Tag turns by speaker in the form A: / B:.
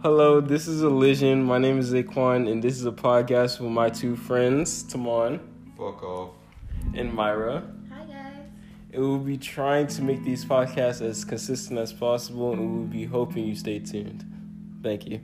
A: Hello, this is Elision. My name is Zaquan, and this is a podcast with my two friends, Tamon
B: Fuck off.
A: and Myra.
C: Hi guys.
A: It will be trying to make these podcasts as consistent as possible, and we'll be hoping you stay tuned. Thank you.